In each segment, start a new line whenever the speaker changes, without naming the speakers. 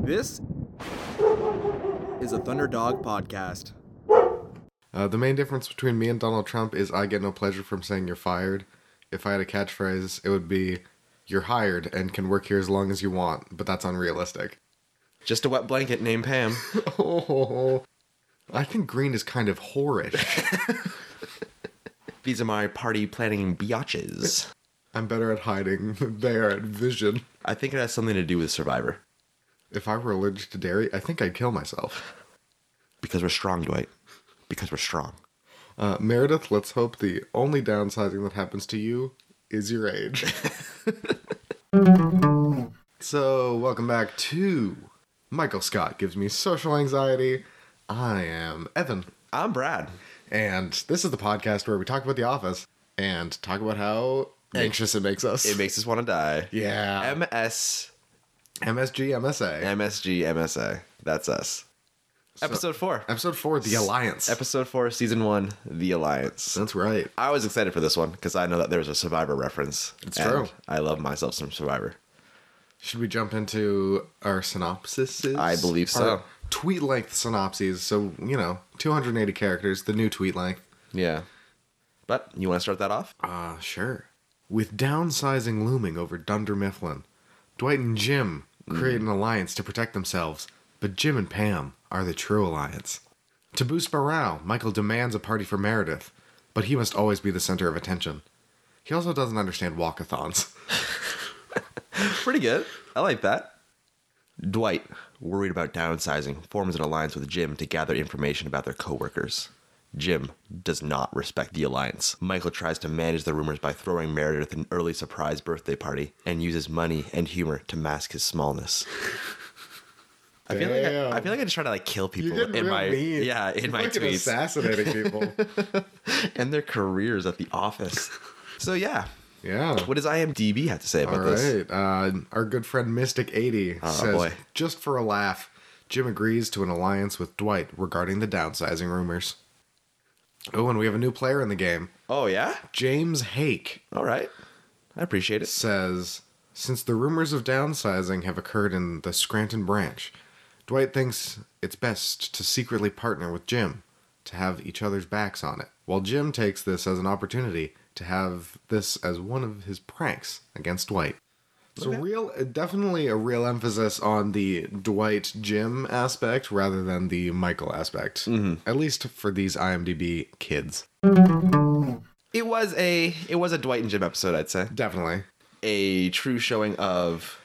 This is a Thunderdog podcast.
Uh, the main difference between me and Donald Trump is I get no pleasure from saying you're fired. If I had a catchphrase, it would be you're hired and can work here as long as you want, but that's unrealistic.
Just a wet blanket named Pam.
Oh, I think green is kind of whorish.
These are my party planning biatches.
I'm better at hiding than they are at vision.
I think it has something to do with Survivor.
If I were allergic to dairy, I think I'd kill myself.
Because we're strong, Dwight. Because we're strong.
Uh, Meredith, let's hope the only downsizing that happens to you is your age. so, welcome back to Michael Scott Gives Me Social Anxiety. I am Evan,
I'm Brad.
and this is the podcast where we talk about The Office and talk about how anxious it makes us.
It makes us want to die.
yeah.
MS,
MSG, MSA.
MSG, MSA. That's us. Episode 4.
Episode 4, The Alliance.
Episode 4, Season 1, The Alliance.
That's right.
I was excited for this one because I know that there's a Survivor reference.
It's
and
true.
I love myself some Survivor.
Should we jump into our synopsis?
I believe so.
Tweet length synopses. So, you know, 280 characters, the new tweet length.
Yeah. But you want to start that off?
Ah, sure. With downsizing looming over Dunder Mifflin, Dwight and Jim create an alliance to protect themselves, but Jim and Pam are the true alliance. To boost morale, Michael demands a party for Meredith, but he must always be the center of attention. He also doesn't understand walkathons.
Pretty good. I like that. Dwight, worried about downsizing, forms an alliance with Jim to gather information about their coworkers. Jim does not respect the alliance. Michael tries to manage the rumors by throwing Meredith an early surprise birthday party and uses money and humor to mask his smallness. I feel, like I, I
Damn.
feel like I just try to like kill people
You're getting
in
real
my
mean.
yeah in
You're
my
fucking
tweets
assassinating people.
and their careers at the office. So yeah,
yeah.
what does IMDb have to say about
All
this? Oh,
right. Uh, our good friend Mystic eighty says,
boy.
just for a laugh, Jim agrees to an alliance with Dwight regarding the downsizing rumors. Oh, and we have a new player in the game.
Oh yeah,
James Hake
all right, I appreciate it.
says, since the rumors of downsizing have occurred in the Scranton branch, Dwight thinks it's best to secretly partner with Jim to have each other's backs on it. While Jim takes this as an opportunity to have this as one of his pranks against Dwight. So
Okay.
real definitely a real emphasis on the Dwight Jim aspect rather than the Michael aspect.
Mm-hmm.
At least for these IMDb kids.
It was a it was a Dwight and Jim episode, I'd say.
Definitely.
A true showing of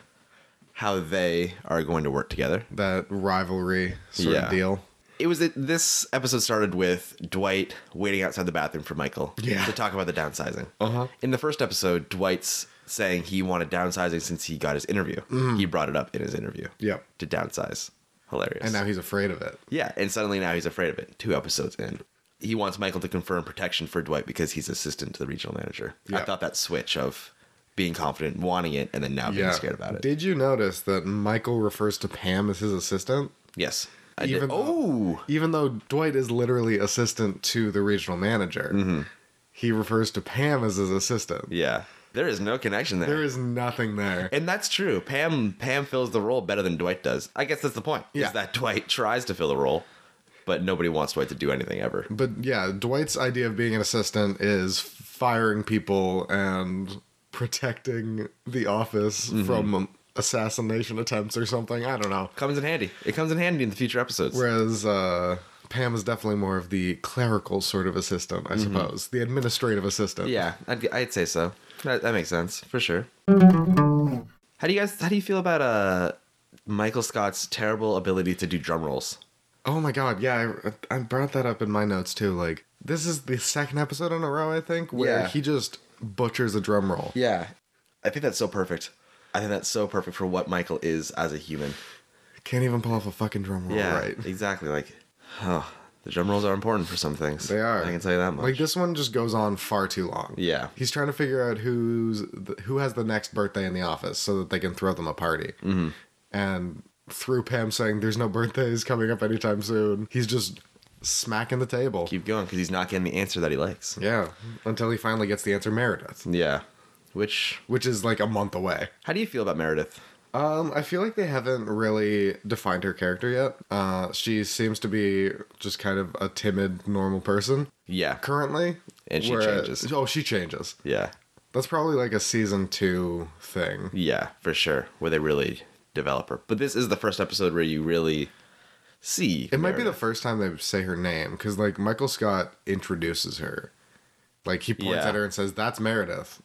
how they are going to work together.
That rivalry sort
Yeah.
of deal.
It was this episode started with Dwight waiting outside the bathroom for Michael
Yeah.
to talk about the downsizing.
Uh-huh.
In the first episode, Dwight's saying he wanted downsizing since he got his interview.
Mm.
He brought it up in his interview.
Yep.
To downsize. Hilarious.
And now he's afraid of it.
Yeah, and suddenly now he's afraid of it. Two episodes in. He wants Michael to confirm protection for Dwight because he's assistant to the regional manager. I
Yeah.
thought that switch of being confident, wanting it, and then now being scared about it.
Did you notice that Michael refers to Pam as his assistant?
yes. I
Even
did.
though-
Oh,
Even though Dwight is literally assistant to the regional manager, he refers to Pam as his assistant.
Mm-hmm. yeah. There is no connection there.
There is nothing there.
and that's true. Pam Pam fills the role better than Dwight does. I guess that's the point.
Yeah.
Is that Dwight tries to fill the role, but nobody wants Dwight to do anything ever.
But yeah, Dwight's idea of being an assistant is firing people and protecting the office
Mm-hmm.
from assassination attempts or something. I don't know.
Comes in handy. It comes in handy in the future episodes.
Whereas uh, Pam is definitely more of the clerical sort of assistant, I suppose, the administrative assistant.
Mm-hmm. Yeah, I'd, I'd say so. That, that makes sense for sure. How do you guys? How do you feel about uh Michael Scott's terrible ability to do drum rolls?
Oh my god, yeah, I, I brought that up in my notes too. Like, this is the second episode in a row, I think, where
Yeah.
he just butchers a drum roll.
Yeah, I think that's so perfect. I think that's so perfect for what Michael is as a human.
Can't even pull off a fucking drum roll
Yeah,
right.
exactly. Like, oh, the drum rolls are important for some things.
They are.
I can tell you that much.
Like this one just goes on far too long.
Yeah.
He's trying to figure out who's the, who has the next birthday in the office so that they can throw them a party. Mm-hmm. And through Pam saying there's no birthdays coming up anytime soon, he's just smacking the table.
Keep going because he's not getting the answer that he likes.
yeah, until he finally gets the answer Meredith,
Yeah. Which?
which is like a month away.
How do you feel about Meredith?
Um, I feel like they haven't really defined her character yet. Uh, she seems to be just kind of a timid, normal person
Yeah.
currently.
And she changes.
Oh, she changes.
Yeah.
That's probably like a season two thing.
Yeah, for sure. Where they really develop her. But this is the first episode where you really see.
It might be the
Meredith.
first time they say her name because, like, Michael Scott introduces her. Like, he points
Yeah. Mm-hmm.
at her and says, That's Meredith.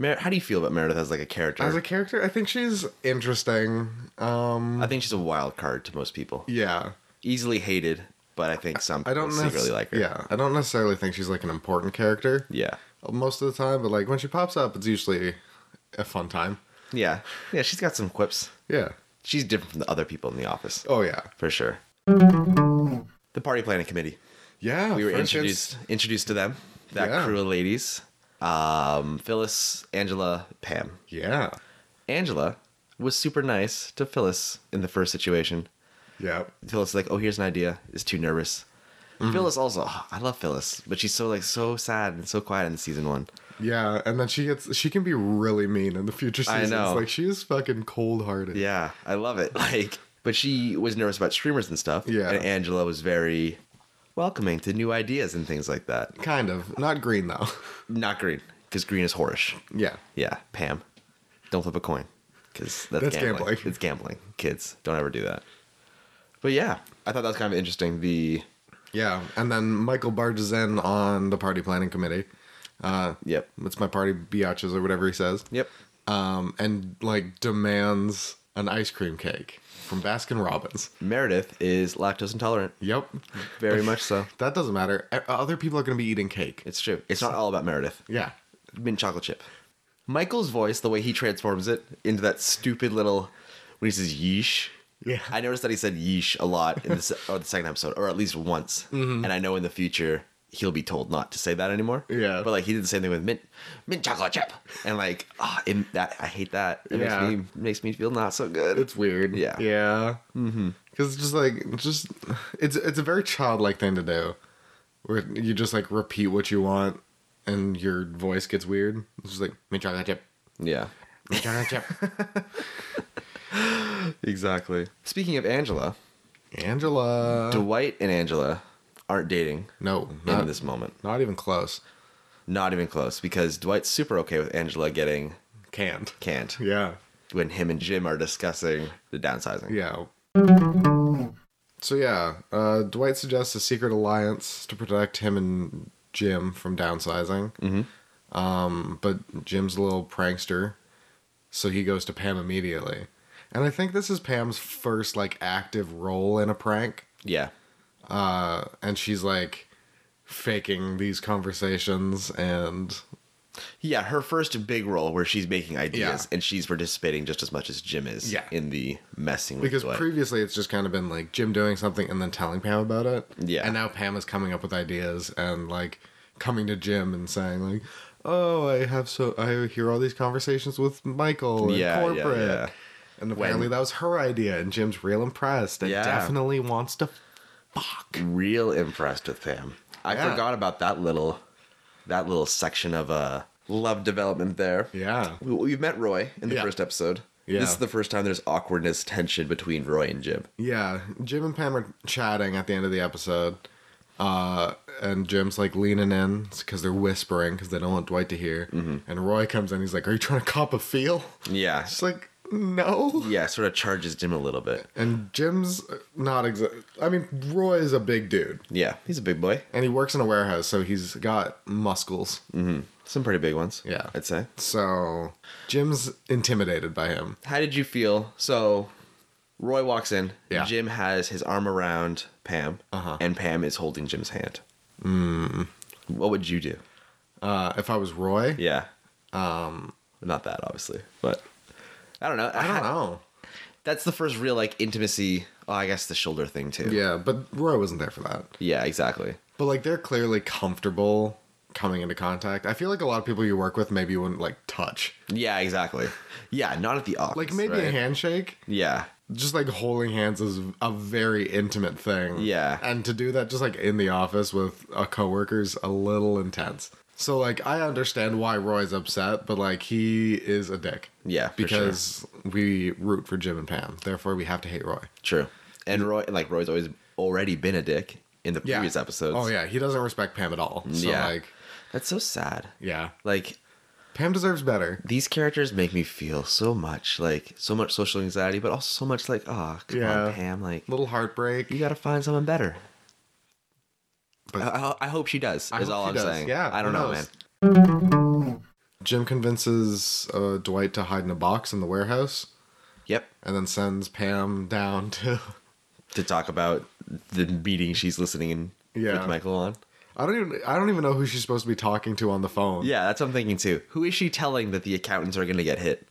Mer- How do you feel about Meredith as like a character?
As a character, I think she's interesting. Um,
I think she's a wild card to most people.
yeah.
Easily hated, but I think some
I
people
don't
secretly
necessarily
like her.
Yeah. I don't necessarily think she's, like, an important character
Yeah.
most of the time, but, like, when she pops up, it's usually a fun time.
Yeah. Yeah, she's got some quips.
Yeah.
She's different from the other people in the office.
Oh, yeah.
For sure. The party planning committee.
Yeah.
We were
Frank and-
introduced introduced to them. That
Yeah.
crew of ladies. Um, Phyllis, Angela, Pam.
Yeah.
Angela was super nice to Phyllis in the first situation.
Yeah.
Phyllis is like, oh, here's an idea. Is too nervous. Phyllis also, oh, I love Phyllis, but she's so like so sad and so quiet in season one.
Yeah. And then she gets, she can be really mean in the future
I
seasons.
know.
Like, she is fucking cold hearted.
Yeah, I love it. Like, but she was nervous about streamers and stuff.
Yeah.
and Angela was very welcoming to new ideas and things like that.
Kind of. Not green, though.
Not Green, because Green is whorish.
yeah.
Yeah, Pam, don't flip a coin, because that's,
That's
gambling.
gambling.
It's gambling, kids. Don't ever do that. But yeah, I thought that was kind of interesting. The
Yeah, and then Michael barges in on the party planning committee. Uh,
yep,
it's my party biatches or whatever he says.
yep,
Um, and like demands an ice cream cake from Baskin Robbins.
Meredith is lactose intolerant.
Yep,
Very much so.
that doesn't matter. O- Other people are going to be eating cake.
It's true. It's not all about Meredith.
yeah,
Mint chocolate chip. Michael's voice, the way he transforms it into that stupid little when he says yeesh.
Yeah.
I noticed that he said yeesh a lot in the, se- or the second episode, or at least once. And I know in the future he'll be told not to say that anymore.
Yeah.
But like he did the same thing with mint mint chocolate chip. And like ah, it- that I hate that. It
Yeah.
makes me makes me feel not so good.
it's weird.
Yeah.
yeah. Mm-hmm. Because it's just like it's just it's it's a very childlike thing to do, where you just like repeat what you want, and your voice gets weird. It's just like mint chocolate chip,
yeah.
mint chocolate chip.
Exactly. Speaking of Angela,
Angela.
Dwight and Angela aren't dating
No,
in
not,
this moment.
not even close.
Not even close because Dwight's super okay with Angela getting
Can't.
canned
Yeah.
when him and Jim are discussing the downsizing.
Yeah. So yeah, uh, Dwight suggests a secret alliance to protect him and Jim from downsizing. Mm-hmm. Um, but Jim's a little prankster, so he goes to Pam immediately. And I think this is Pam's first like active role in a prank.
Yeah.
Uh, and she's like faking these conversations and
Yeah, her first big role where she's making ideas
Yeah.
and she's participating just as much as Jim is
Yeah.
in the messing with
Because
Dwight.
previously it's just kind of been like Jim doing something and then telling Pam about it.
Yeah.
And now Pam is coming up with ideas and like coming to Jim and saying like, "Oh, I have so I hear all these conversations with Michael and
Yeah, yeah,
corporate."
yeah.
And apparently that was her idea, and Jim's real impressed and
Yeah.
definitely wants to.
Real impressed with Pam. I
Yeah.
forgot about that little that little section of uh love development there.
Yeah,
We, we met Roy in the
Yeah.
first episode.
Yeah.
This is the first time there's awkwardness tension between Roy and Jim.
yeah. Jim and Pam are chatting at the end of the episode, uh, and Jim's like leaning in because they're whispering because they don't want Dwight to hear.
Mm-hmm.
And Roy comes in, he's like, "Are you trying to cop a feel?"
Yeah.
It's like, no.
Yeah, sort of charges Jim a little bit.
And Jim's not exactly. I mean, Roy is a big dude,
Yeah, he's a big boy.
and he works in a warehouse, so he's got muscles.
Some pretty big ones.
Yeah.
I'd say.
So Jim's intimidated by him.
How did you feel? So Roy walks in.
Yeah.
Jim has his arm around Pam,
Uh-huh.
and Pam is holding Jim's hand. Mm. What would you do?
Uh, if I was Roy,
Yeah. Um. Not that obviously, but I don't know.
I don't know.
That's the first real like intimacy. Oh, I guess the shoulder thing too.
Yeah, but Roy wasn't there for that.
Yeah. Exactly.
But like, they're clearly comfortable coming into contact. I feel like a lot of people you work with maybe wouldn't like touch.
Yeah. Exactly. Yeah. Not at the office.
Like maybe a
right?
handshake.
Yeah.
Just like holding hands is a very intimate thing.
Yeah.
And to do that just like in the office with a coworker is a little intense. So like I understand why Roy's upset, but like he is a dick.
Yeah, for
Because we root for Jim and Pam. Therefore we have to hate Roy.
True. And Roy, like Roy's always already been a dick in the previous episodes.
Oh yeah, he doesn't respect Pam at all. So
yeah.
like
That's so sad.
yeah.
Like
Pam deserves better.
these characters make me feel so much like so much social anxiety, but also so much like, oh, come
Yeah.
on, Pam. Like
Little heartbreak.
you got to find someone better.
But-
I, I- I hope she does.
I
is
hope
all
she
I'm
does.
saying.
Yeah,
I don't
who
know, man.
knows? Jim convinces uh, Dwight to hide in a box in the warehouse
Yep.
and then sends Pam down to
To talk about the meeting she's listening in
Yeah.
with Michael on.
I don't even I don't even know who she's supposed to be talking to on the phone.
Yeah, that's what I'm thinking too. Who is she telling that the accountants are going to get hit?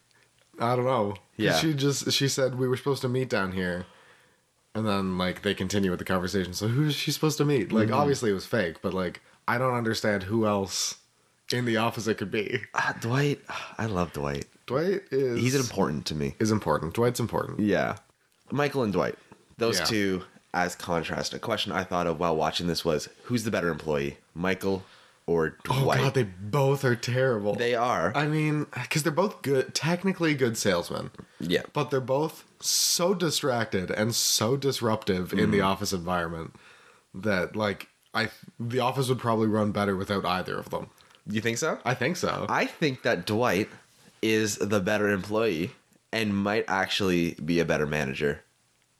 I don't know. 'Cause
Yeah.
She just she said we were supposed to meet down here. And then like they continue with the conversation. So who is she supposed to meet?
Mm-hmm.
Like obviously it was fake, but like I don't understand who else in the office it could be.
Ah, Dwight. Ah, I love Dwight.
Dwight is
He's important to me.
is important. Dwight's important.
Yeah. Michael and Dwight. Those
Yeah.
two as contrast. A question I thought of while watching this was who's the better employee, Michael or
Oh
Dwight?
god, they both are terrible.
they are.
I mean, cuz they're both good technically good salesmen.
yeah.
But they're both so distracted and so disruptive in
Mm-hmm.
the office environment that like I the office would probably run better without either of them.
You think so?
I think so.
I think that Dwight is the better employee and might actually be a better manager,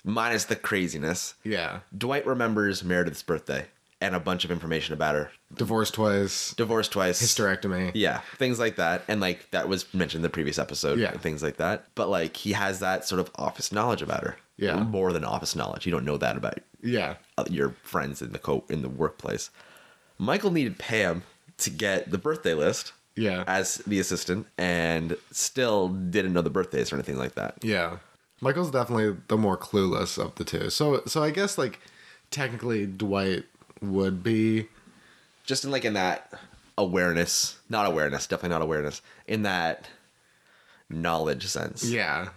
minus the craziness.
yeah.
Dwight remembers Meredith's birthday and a bunch of information about her.
Divorced twice,
Divorced twice.
hysterectomy.
Yeah, things like that. And like that was mentioned in the previous episode.
Yeah.
And things like that. But like he has that sort of office knowledge about her.
Yeah.
More than office knowledge. You don't know that about
Yeah.
uh, your friends in the co in the workplace. Michael needed Pam to get the birthday list.
Yeah.
As the assistant, and still didn't know the birthdays or anything like that.
Yeah. Michael's definitely the more clueless of the two. So so I guess like technically Dwight would be
Just in like in that awareness, not awareness, definitely not awareness, in that knowledge sense.
Yeah.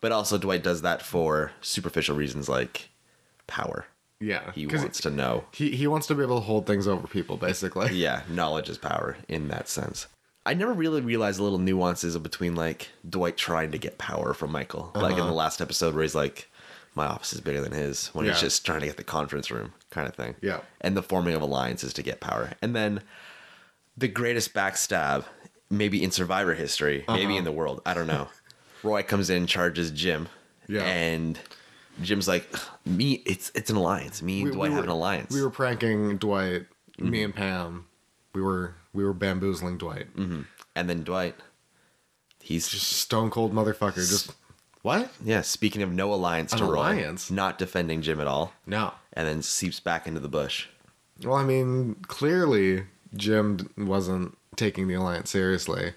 But also Dwight does that for superficial reasons like power.
Yeah.
He
'Cause
wants to know.
he he wants to be able to hold things over people basically.
Yeah, knowledge is power in that sense. I never really realized the little nuances between like Dwight trying to get power from Michael, like
Uh-huh.
in the last episode where he's like, "My office is bigger than his," when he's
Yeah.
just trying to get the conference room kind of thing.
Yeah.
and the forming of alliances to get power, and then the greatest backstab, maybe in Survivor history,
Uh-huh.
maybe in the world. I don't know. Roy comes in, charges Jim,
Yeah.
and Jim's like, "Me, it's it's an alliance. Me and Dwight
were,
have an alliance."
We were pranking Dwight, me and Pam. We were we were bamboozling Dwight.
and then Dwight, he's
Just stone cold motherfucker. Just what?
Yeah, speaking of no alliance
An
to Roy,
alliance?
not defending Jim at all,
No.
and then seeps back into the bush.
Well, I mean, clearly Jim d- wasn't taking the alliance seriously.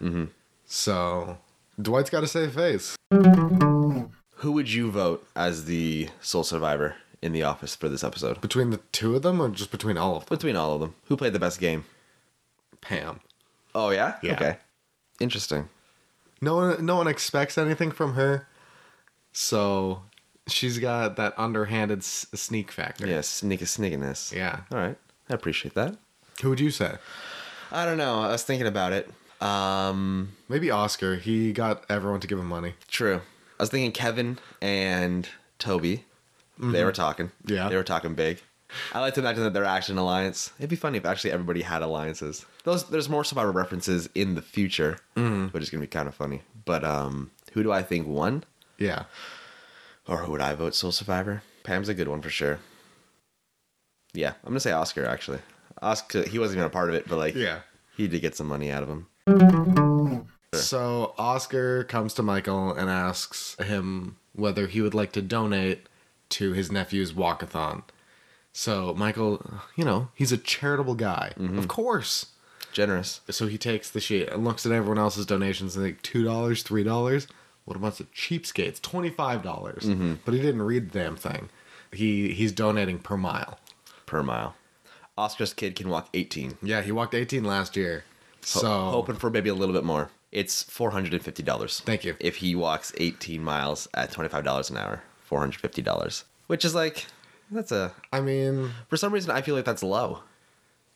Mm-hmm. So Dwight's got to save face.
Who would you vote as the sole survivor in the office for this episode?
Between the two of them, or just between all of them?
Between all of them, who played the best game?
Pam.
Oh yeah,
Yeah.
Okay, interesting.
No one, no one expects anything from her. So she's got that underhanded s- sneak factor.
Yeah, sneak a sneakiness.
Yeah.
All right, I appreciate that.
Who would you say?
I don't know. I was thinking about it. Um,
Maybe Oscar. He got everyone to give him money.
true. I was thinking Kevin and Toby. They were talking.
Mm-hmm. Yeah.
They were talking big. I like to imagine that they're actually an alliance. It'd be funny if actually everybody had alliances. Those there's more Survivor references in the future,
Mm-hmm.
which is gonna be kind of funny. But um, who do I think won,
Yeah.
or who would I vote Soul Survivor? Pam's a good one for sure. Yeah, I'm gonna say Oscar actually. Oscar, he wasn't even a part of it, but like,
Yeah.
he did get some money out of him.
So Oscar comes to Michael and asks him whether he would like to donate to his nephew's walkathon. So Michael, you know, he's a charitable guy. Of course.
Generous.
So he takes the sheet and looks at everyone else's donations and like two dollars, three dollars. What about the cheapskates? Twenty five dollars. But he didn't read the damn thing. He he's donating per mile.
per mile. Oscar's kid can walk 18.
Yeah, he walked eighteen last year. So
Hoping for maybe a little bit more. It's $450.
Thank you.
If he walks 18 miles at $25 an hour, $450. Which is like, that's a,
I mean,
for some reason, I feel like that's low.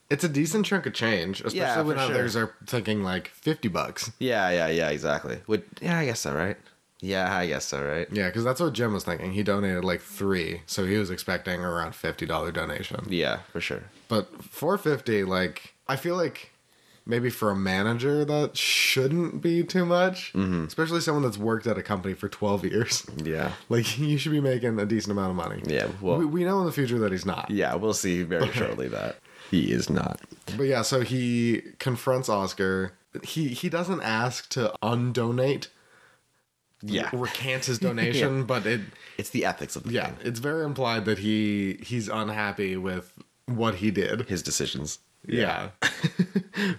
It's a decent chunk of change, especially
Yeah,
when
for sure.
others are thinking like 50 bucks.
Yeah, yeah, yeah, exactly. Would yeah, I guess so, right? Yeah, I guess so, right?
Yeah, because that's what Jim was thinking. He donated like three, so he was expecting around $50 donation.
Yeah, for sure.
But 450 like, I feel like maybe for a manager, that shouldn't be too much,
Mm-hmm.
especially someone that's worked at a company for 12 years.
Yeah.
Like, you should be making a decent amount of money.
Yeah, well-
we, we know in the future that he's not.
Yeah, we'll see very shortly that he is not.
But yeah, so he confronts Oscar. He he doesn't ask to undonate,
Yeah.
recant his donation, but it
It's the ethics of the
yeah,
thing.
it's very implied that he he's unhappy with what he did.
His decisions.
Yeah.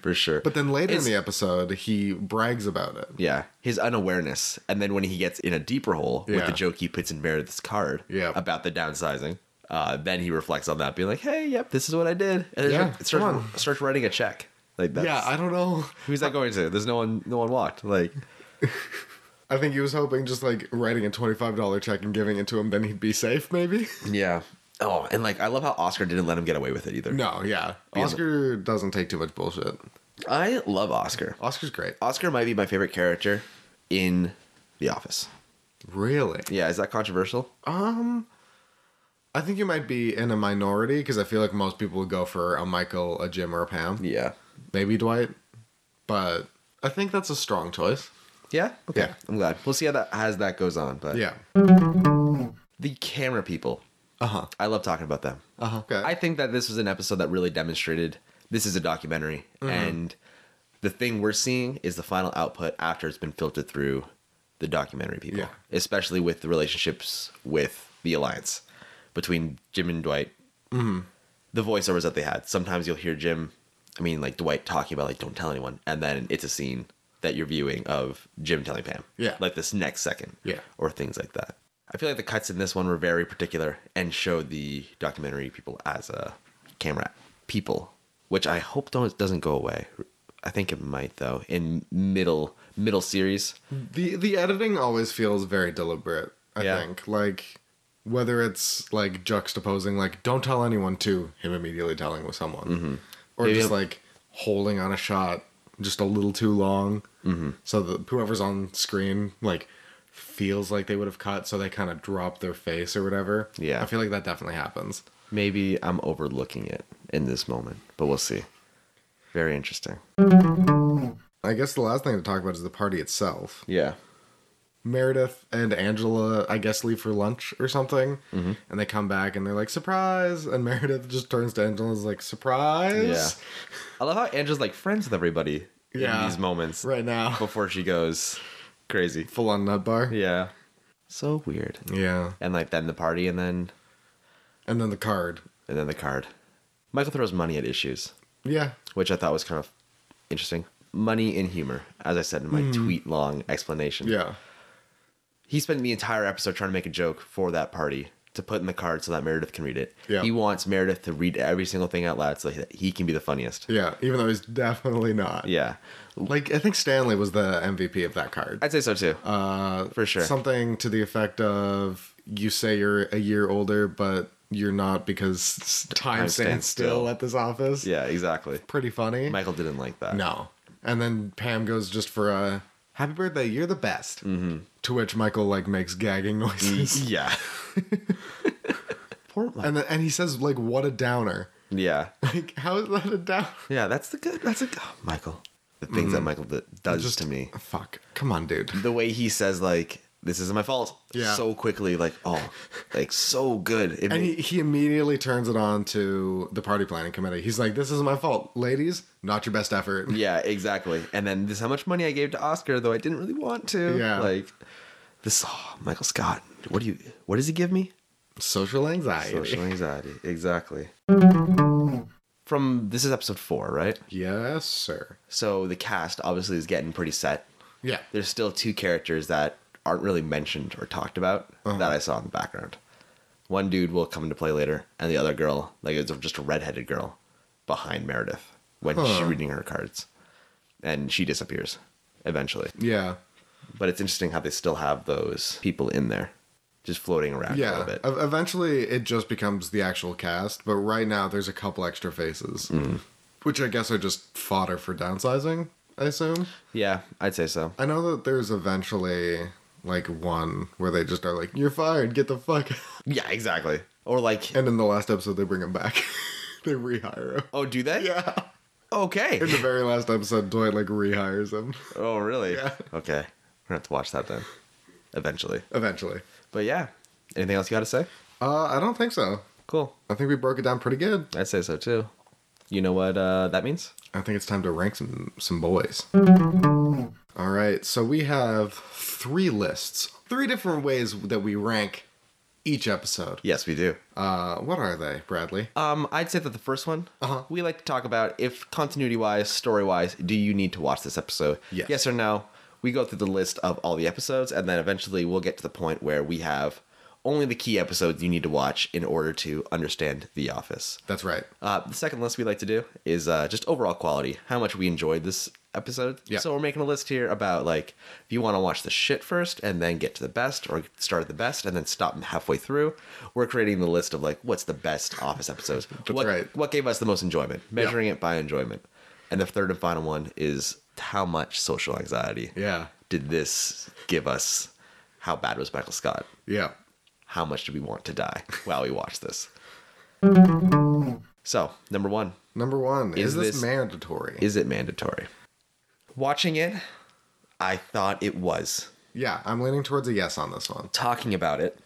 For sure.
But then later
It's-
in the episode, he brags about it.
Yeah, his unawareness, and then when he gets in a deeper hole with
Yeah.
the joke he puts in Meredith's card
Yeah.
about the downsizing, uh, then he reflects on that, being like, "Hey, yep, this is what I did." And
Yeah,
starts,
come
starts, starts writing a check. Like, that's,
yeah, I don't know.
who's that going to? There's no one. No one walked. Like,
I think he was hoping just like writing a twenty five dollar check and giving it to him, then he'd be safe, maybe.
yeah. Oh, and like, I love how Oscar didn't let him get away with it either.
No, yeah. Oscar doesn't take too much bullshit.
I love Oscar.
Oscar's great.
Oscar might be my favorite character in The Office.
Really?
Yeah, is that controversial?
Um, I think you might be in a minority because I feel like most people would go for a Michael, a Jim, or a Pam.
Yeah.
Maybe Dwight, but I think that's a strong choice.
Yeah. Okay.
Yeah.
I'm glad. We'll see how that as that goes on. But
Yeah.
the camera people.
Uh huh.
I love talking about them.
Uh huh. Okay.
I think that this was an episode that really demonstrated this is a documentary, and the thing we're seeing is the final output after it's been filtered through the documentary people,
Yeah.
especially with the relationships with the alliance between Jim and Dwight. Mm-hmm. The voiceovers that they had. Sometimes you'll hear Jim, I mean, like Dwight talking about like don't tell anyone, and then it's a scene that you're viewing of Jim telling Pam,
Yeah.
like this next second,
Yeah.
or things like that. I feel like the cuts in this one were very particular and showed the documentary people as a camera people, which I hope don't doesn't go away. I think it might though in middle middle series.
the the editing always feels very deliberate. I
Yeah.
think like whether it's like juxtaposing like don't tell anyone to him immediately telling with someone,
Mm-hmm.
or
Maybe
just
I'm-
like holding on a shot just a little too long, mm-hmm. so that whoever's on screen like feels like they would have cut, so they kind of drop their face or whatever.
Yeah.
I feel like that definitely happens.
Maybe I'm overlooking it in this moment, but we'll see. Very interesting.
I guess the last thing to talk about is the party itself.
Yeah.
Meredith and Angela, I guess, leave for lunch or something, and they come back and they're like, "Surprise!" And Meredith just turns to Angela and is like,
Yeah.
"Surprise!"
I love how Angela's like friends with everybody
Yeah.
in these moments
Right now,
before she goes crazy.
full on nut bar.
Yeah. So weird.
Yeah,
And like then the party and then
and then the card.
and then the card. Michael throws money at issues,
Yeah,
which I thought was kind of interesting. Money and humor, as I said in my tweet long explanation.
yeah,
He spent the entire episode trying to make a joke for that party to put in the card so that Meredith can read it.
Yeah.
He wants Meredith to read every single thing out loud so that he can be the funniest.
yeah. Even though he's definitely not.
Yeah.
Like I think Stanley was the MVP of that card.
I'd say so too.
Uh,
for sure.
Something to the effect of, "You say you're a year older, but you're not because s- time,
Time
stands
stands
still,
still.
at this office."
yeah, exactly.
pretty funny.
Michael didn't like that.
No. And then Pam goes just for a happy birthday, you're the best. Mm-hmm. To which Michael like makes gagging noises.
Yeah. Poor Michael.
and then, and he says like what a downer.
Yeah.
Like how is that a downer?
Yeah, that's the good. That's a oh, Michael. The things that Michael d- does to me.
Fuck. Come on, dude.
the way he says like this isn't my fault
Yeah.
so quickly like oh like so good It
And
ma-
he, he immediately turns it on to the party planning committee. He's like, This isn't my fault. Ladies, not your best effort.
yeah exactly and then this is how much money i gave to oscar though i didn't really want to
Yeah.
like this oh, michael scott what do you what does he give me
Social anxiety.
social anxiety exactly from this is episode four right
Yes, sir.
so the cast obviously is getting pretty set
Yeah.
there's still two characters that aren't really mentioned or talked about
Uh-huh.
that I saw in the background. One dude will come into play later, and the other girl, like it's just a redheaded girl behind Meredith when she's
Huh.
reading her cards, and she disappears eventually.
Yeah.
But it's interesting how they still have those people in there, just floating around a
Yeah.
little bit. Hmm.
Ev- Eventually, it just becomes the actual cast, but right now there's a couple extra faces. Which I guess are just fodder for downsizing, I assume.
Yeah, I'd say so.
I know that there's eventually like one where they just are like, You're fired, get the fuck out."
Yeah, exactly. Or like,
And in the last episode they bring him back. they rehire him.
oh, do they?
Yeah. In the
Okay.
very last episode, Dwight like rehires him.
oh, really?
Yeah.
Okay. We're gonna have to watch that then, eventually.
Eventually.
But yeah. Anything else you got to say?
Uh I don't think so.
Cool.
I think we broke it down pretty good.
I'd say so too. You know what uh, that means?
I think it's time to rank some some boys. All right, so we have three lists, three different ways that we rank each episode.
Yes, we do.
Uh, what are they, Bradley?
Um, I'd say that the first one
Uh-huh.
we like to talk about if continuity wise, story wise, do you need to watch this episode?
Yes.
or no? We go through the list of all the episodes, and then eventually we'll get to the point where we have only the key episodes you need to watch in order to understand The Office.
That's right.
Uh, the second list we like to do is uh, just overall quality, how much we enjoyed this episode.
Yeah.
So we're making a list here about like if you want to watch the shit first and then get to the best, or start at the best and then stop halfway through. We're creating the list of like what's the best Office episodes. what,
right.
What gave us the most enjoyment? Measuring it by enjoyment. And the third and final one is how much social anxiety
Yeah,
did this give us? How bad was Michael Scott?
yeah.
how much do we want to die while we watch this? So, number one,
Number one
Is
is, this,
this-
mandatory?
is it mandatory? Watching it, I thought it was.
yeah, I'm leaning towards a yes on this one.
Talking about it,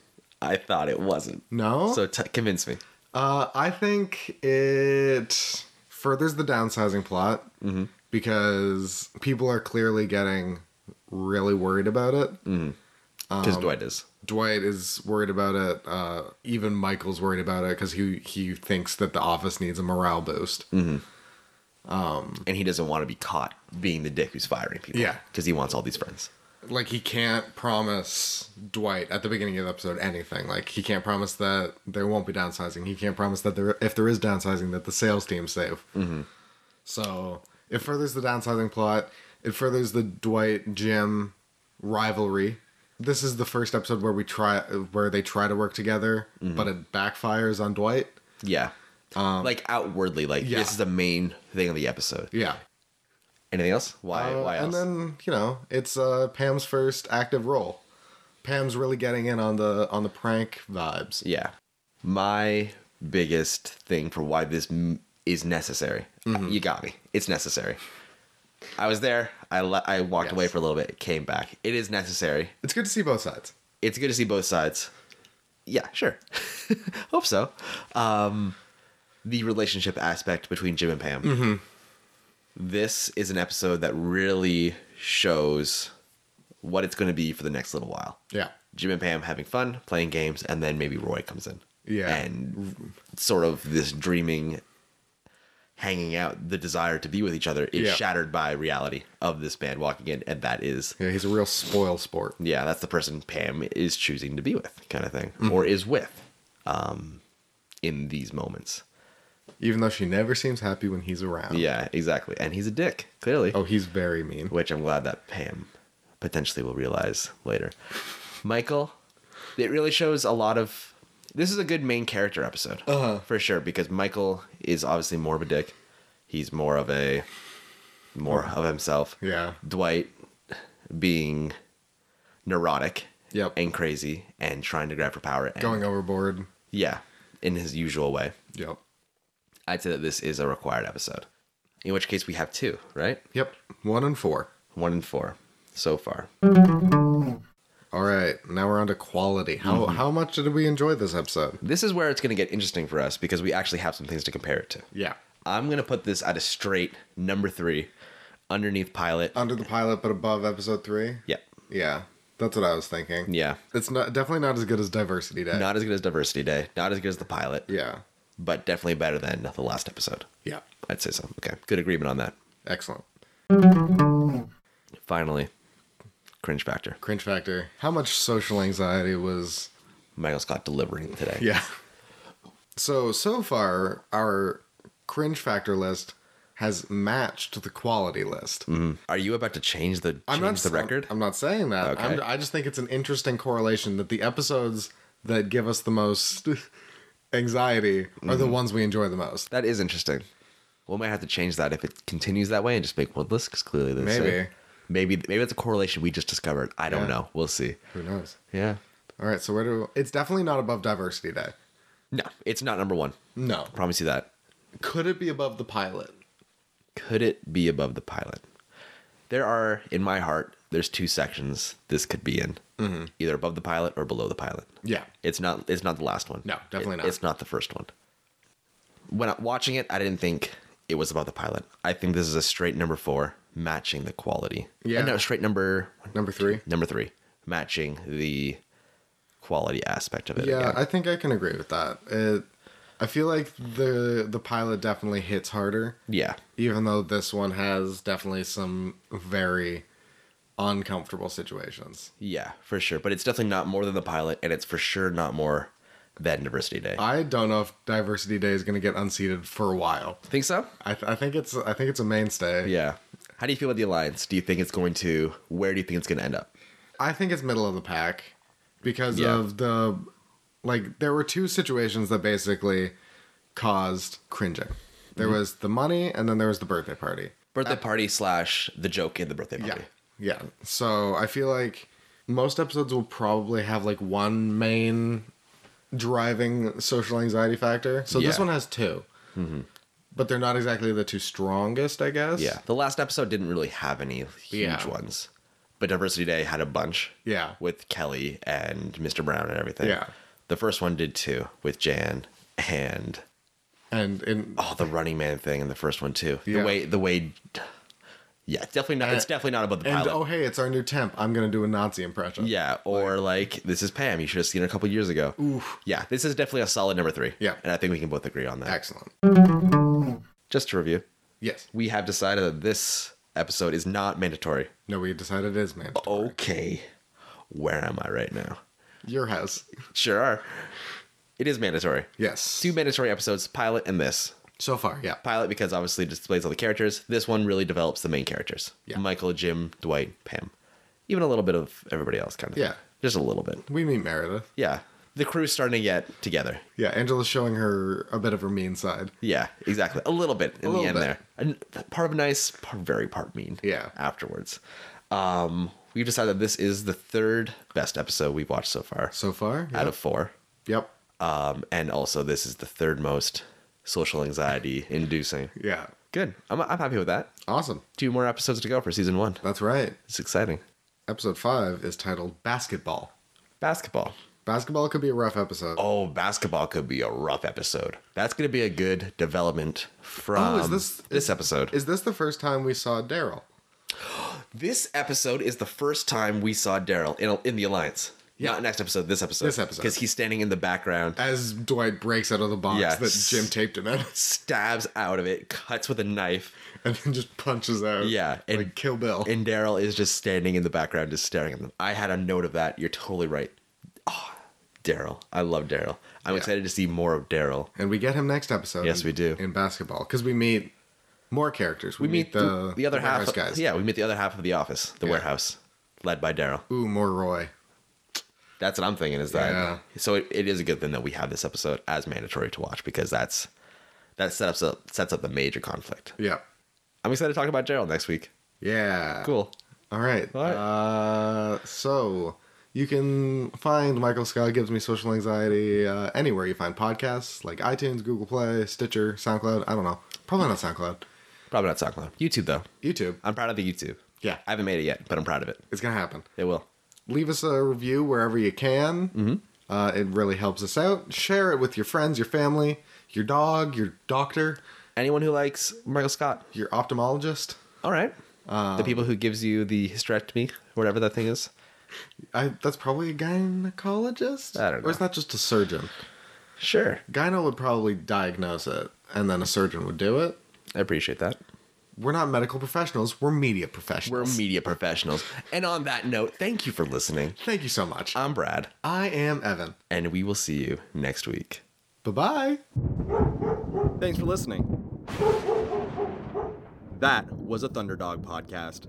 I thought it wasn't.
No,
So, t- convince me.
uh, I think it furthers the downsizing plot
Mm-hmm.
because people are clearly getting really worried about it.
Because
Um,
Dwight is.
Dwight is worried about it. Uh, even Michael's worried about it because he he thinks that the office needs a morale boost.
And he doesn't want to be caught being the dick who's firing people.
Yeah.
Because he wants all these friends.
Like he can't promise Dwight at the beginning of the episode anything. Like he can't promise that there won't be downsizing. He can't promise that there if there is downsizing that the sales team's safe. So it furthers the downsizing plot. It furthers the Dwight Jim rivalry. This is the first episode where we try where they try to work together, but it backfires on Dwight.
Yeah. like outwardly, like
Um, yeah.
this is the main thing of the episode.
Yeah.
Anything else? Why?
Uh,
why else?
And then you know it's uh, Pam's first active role. Pam's really getting in on the on the prank vibes.
Yeah. My biggest thing for why this m- is necessary. You got me. It's necessary. I was there. I le- I walked
Yes.
away for a little bit. Came back. It is necessary.
It's good to see both sides.
It's good to see both sides. Yeah, sure. Hope so. Um, the relationship aspect between Jim and Pam. This is an episode that really shows what it's going to be for the next little while.
Yeah,
Jim and Pam having fun, playing games, and then maybe Roy comes in.
Yeah.
And sort of this dreaming, hanging out, the desire to be with each other is
Yeah.
shattered by reality of this man walking in. And that is,
yeah. He's a real spoil sport.
yeah, that's the person Pam is choosing to be with, kind of thing,
Mm-hmm.
or is with um, in these moments.
Even though she never seems happy when he's around.
Yeah, exactly. And he's a dick, clearly.
Oh, he's very mean.
which I'm glad that Pam potentially will realize later. Michael, it really shows a lot of. This is a good main character episode
Uh-huh.
for sure because Michael is obviously more of a dick. He's more of a more of himself.
Yeah.
Dwight being neurotic
Yep.
and crazy and trying to grab for power and
Going overboard.
yeah in his usual way.
Yep.
I'd say that this is a required episode. In which case we have two, right?
Yep. One and four.
One and four so far.
All right. Now we're on to quality. How
Mm-hmm.
how much did we enjoy this episode?
This is where it's going to get interesting for us because we actually have some things to compare it to.
Yeah.
I'm going to put this at a straight number three underneath pilot.
Under the pilot, but above episode three.
yep.
Yeah. That's what I was thinking.
Yeah.
It's not definitely not as good as Diversity Day.
Not as good as Diversity Day, not as good as the pilot,
yeah.
but definitely better than the last episode.
Yeah.
I'd say so. Okay. Good agreement on that.
Excellent.
Finally, cringe factor.
Cringe factor. How much social anxiety was
Michael Scott delivering today.
Yeah. So so far our cringe factor list has matched the quality list.
Mm. Are you about to change the change the record?
I'm, not saying that.
Okay.
I'm, I just think it's an interesting correlation that the episodes that give Mm-hmm. us the most anxiety are the ones we enjoy the most.
That is interesting. We might have to change that if it continues that way and just make wordless because clearly they
Maybe.
say maybe maybe that's a correlation we just discovered. I don't
Yeah.
know. We'll see.
Who knows?
Yeah.
All right, so where do it's definitely not above Diversity Day.
No, it's not number one.
No.
I promise you that.
Could it be above the pilot?
Could it be above the pilot? There are in my heart. There's two sections this could be in,
Mm-hmm.
either above the pilot or below the pilot.
Yeah.
It's not. It's not the last one.
No, definitely
It-
not.
It's not the first one. When I, watching it, I didn't think it was about the pilot. I think this is a straight number four, matching the quality. Uh,
Yeah.
no, straight number
Number three.
number three, matching the quality aspect of it.
Yeah,
again.
I think I can agree with that. It, I feel like the the pilot definitely hits harder,
yeah,
even though this one has definitely some very uncomfortable situations.
yeah, for sure. But it's definitely not more than the pilot, and it's for sure not more than Diversity Day.
I don't know if Diversity Day is going to get unseated for a while.
think so.
I, th- I think it's I think it's a mainstay.
Yeah. How do you feel about the alliance? Do you think it's going to? Where do you think it's going to end up?
I think it's middle of the pack because
Yeah.
of the like there were two situations that basically caused cringing. There
Mm-hmm.
was the money and then there was the birthday party.
Birthday party slash the joke in the birthday party.
Uh, Yeah. Yeah. So I feel like most episodes will probably have like one main driving social anxiety factor. So this
Yeah. Mm-hmm.
one has 2 But they're not exactly the two strongest, I guess.
Yeah. The last episode didn't really have any huge
Yeah.
ones. But Diversity Day had a bunch.
Yeah.
With Kelly and Mr. Brown and everything.
Yeah.
The first one did too, with Jan and
And in
oh the running man thing in the first one too.
Yeah.
The way the way Yeah, it's definitely not it's
And-
definitely not above the
and
pilot.
oh hey, it's our new temp. I'm gonna do a Nazi impression.
yeah, or like this is Pam, you should have seen her a couple years ago. Oof. Yeah, this is definitely a solid number three.
Yeah.
And I think we can both agree on that.
Excellent.
Just to review,
Yes.
we have decided that this episode is not mandatory.
No, we decided it is man.
Okay. Where am I right now?
Your house.
Sure are. It is mandatory.
Yes.
Two mandatory episodes, pilot and this.
so far, yeah.
Pilot because obviously it displays all the characters. This one really develops the main characters.
Yeah.
Michael, Jim, Dwight, Pam. Even a little bit of everybody else kind of thing.
Yeah.
Just a little bit.
We meet Meredith.
Yeah. The crew's starting to get together.
Yeah, Angela's showing her a bit of her mean side.
Yeah, exactly. A little bit in
little
the end
bit.
there. And part of nice, part very part mean.
Yeah.
Afterwards. Um, we've decided this is the third best episode we've watched so far.
So far? Yep.
Out of four.
Yep.
Um, and also, this is the third most social anxiety inducing.
Yeah.
Good. I'm, I'm happy with that.
Awesome.
Two more episodes to go for season one.
That's right.
It's exciting.
Episode five is titled Basketball.
Basketball.
Basketball could be a rough episode.
Oh, basketball could be a rough episode. That's going to be a good development from
Oh, is this-
this, episode.
Is this the first time we saw Daryl?
this episode is the first time we saw Daryl in, in the Alliance. Not next episode, this episode.
This episode.
Because he's standing in the background.
As Dwight breaks out of the box
Yes.
that Jim taped him in
Stabs out of it, cuts with a knife,
and then just punches out.
Yeah,
And
and-
like Kill Bill.
and Daryl is just standing in the background, just staring at them. I had a note of that. You're totally right. Oh, Daryl, I love Daryl. I'm
Yeah.
excited to see more of Daryl.
and we get him next episode.
Yes, we do.
In basketball. Because we meet more characters. We,
We meet the, the other half.
warehouse
Of,
guys.
Yeah, we meet the other half of the office, the
Yeah.
warehouse, led by Daryl.
Ooh, more Roy.
That's what I'm thinking. Is that
Yeah.
so? It, it is a good thing that we have this episode as mandatory to watch because that's that sets up sets up the major conflict.
Yep.
I'm excited to talk about Daryl next week.
Yeah.
Cool.
All right.
All right.
Uh, so you can find Michael Scott Gives Me Social Anxiety uh, anywhere you find podcasts like iTunes, Google Play, Stitcher, SoundCloud. I don't know. Probably not SoundCloud.
Probably not SoundCloud. YouTube though.
YouTube.
I'm proud of the YouTube.
Yeah.
I haven't made it yet, but I'm proud of it.
It's going to happen.
It will.
Leave us a review wherever you can. Mm-hmm. Uh, it really helps us out. Share it with your friends, your family, your dog, your doctor,
Anyone who likes Michael Scott,
your ophthalmologist.
All right. the people who gives you the hysterectomy, whatever that thing is.
I, that's probably a gynecologist?
I don't
Or is
know.
that just a surgeon?
Sure.
Gyno would probably diagnose it, and then a surgeon would do it.
I appreciate that.
We're not medical professionals. We're media
We're
professionals.
media professionals. And on that note, thank you for listening.
Thank you so much.
I'm Brad,
I am Evan.
and we will see you next week.
Bye bye.
Thanks for listening. That was a Thunderdog podcast.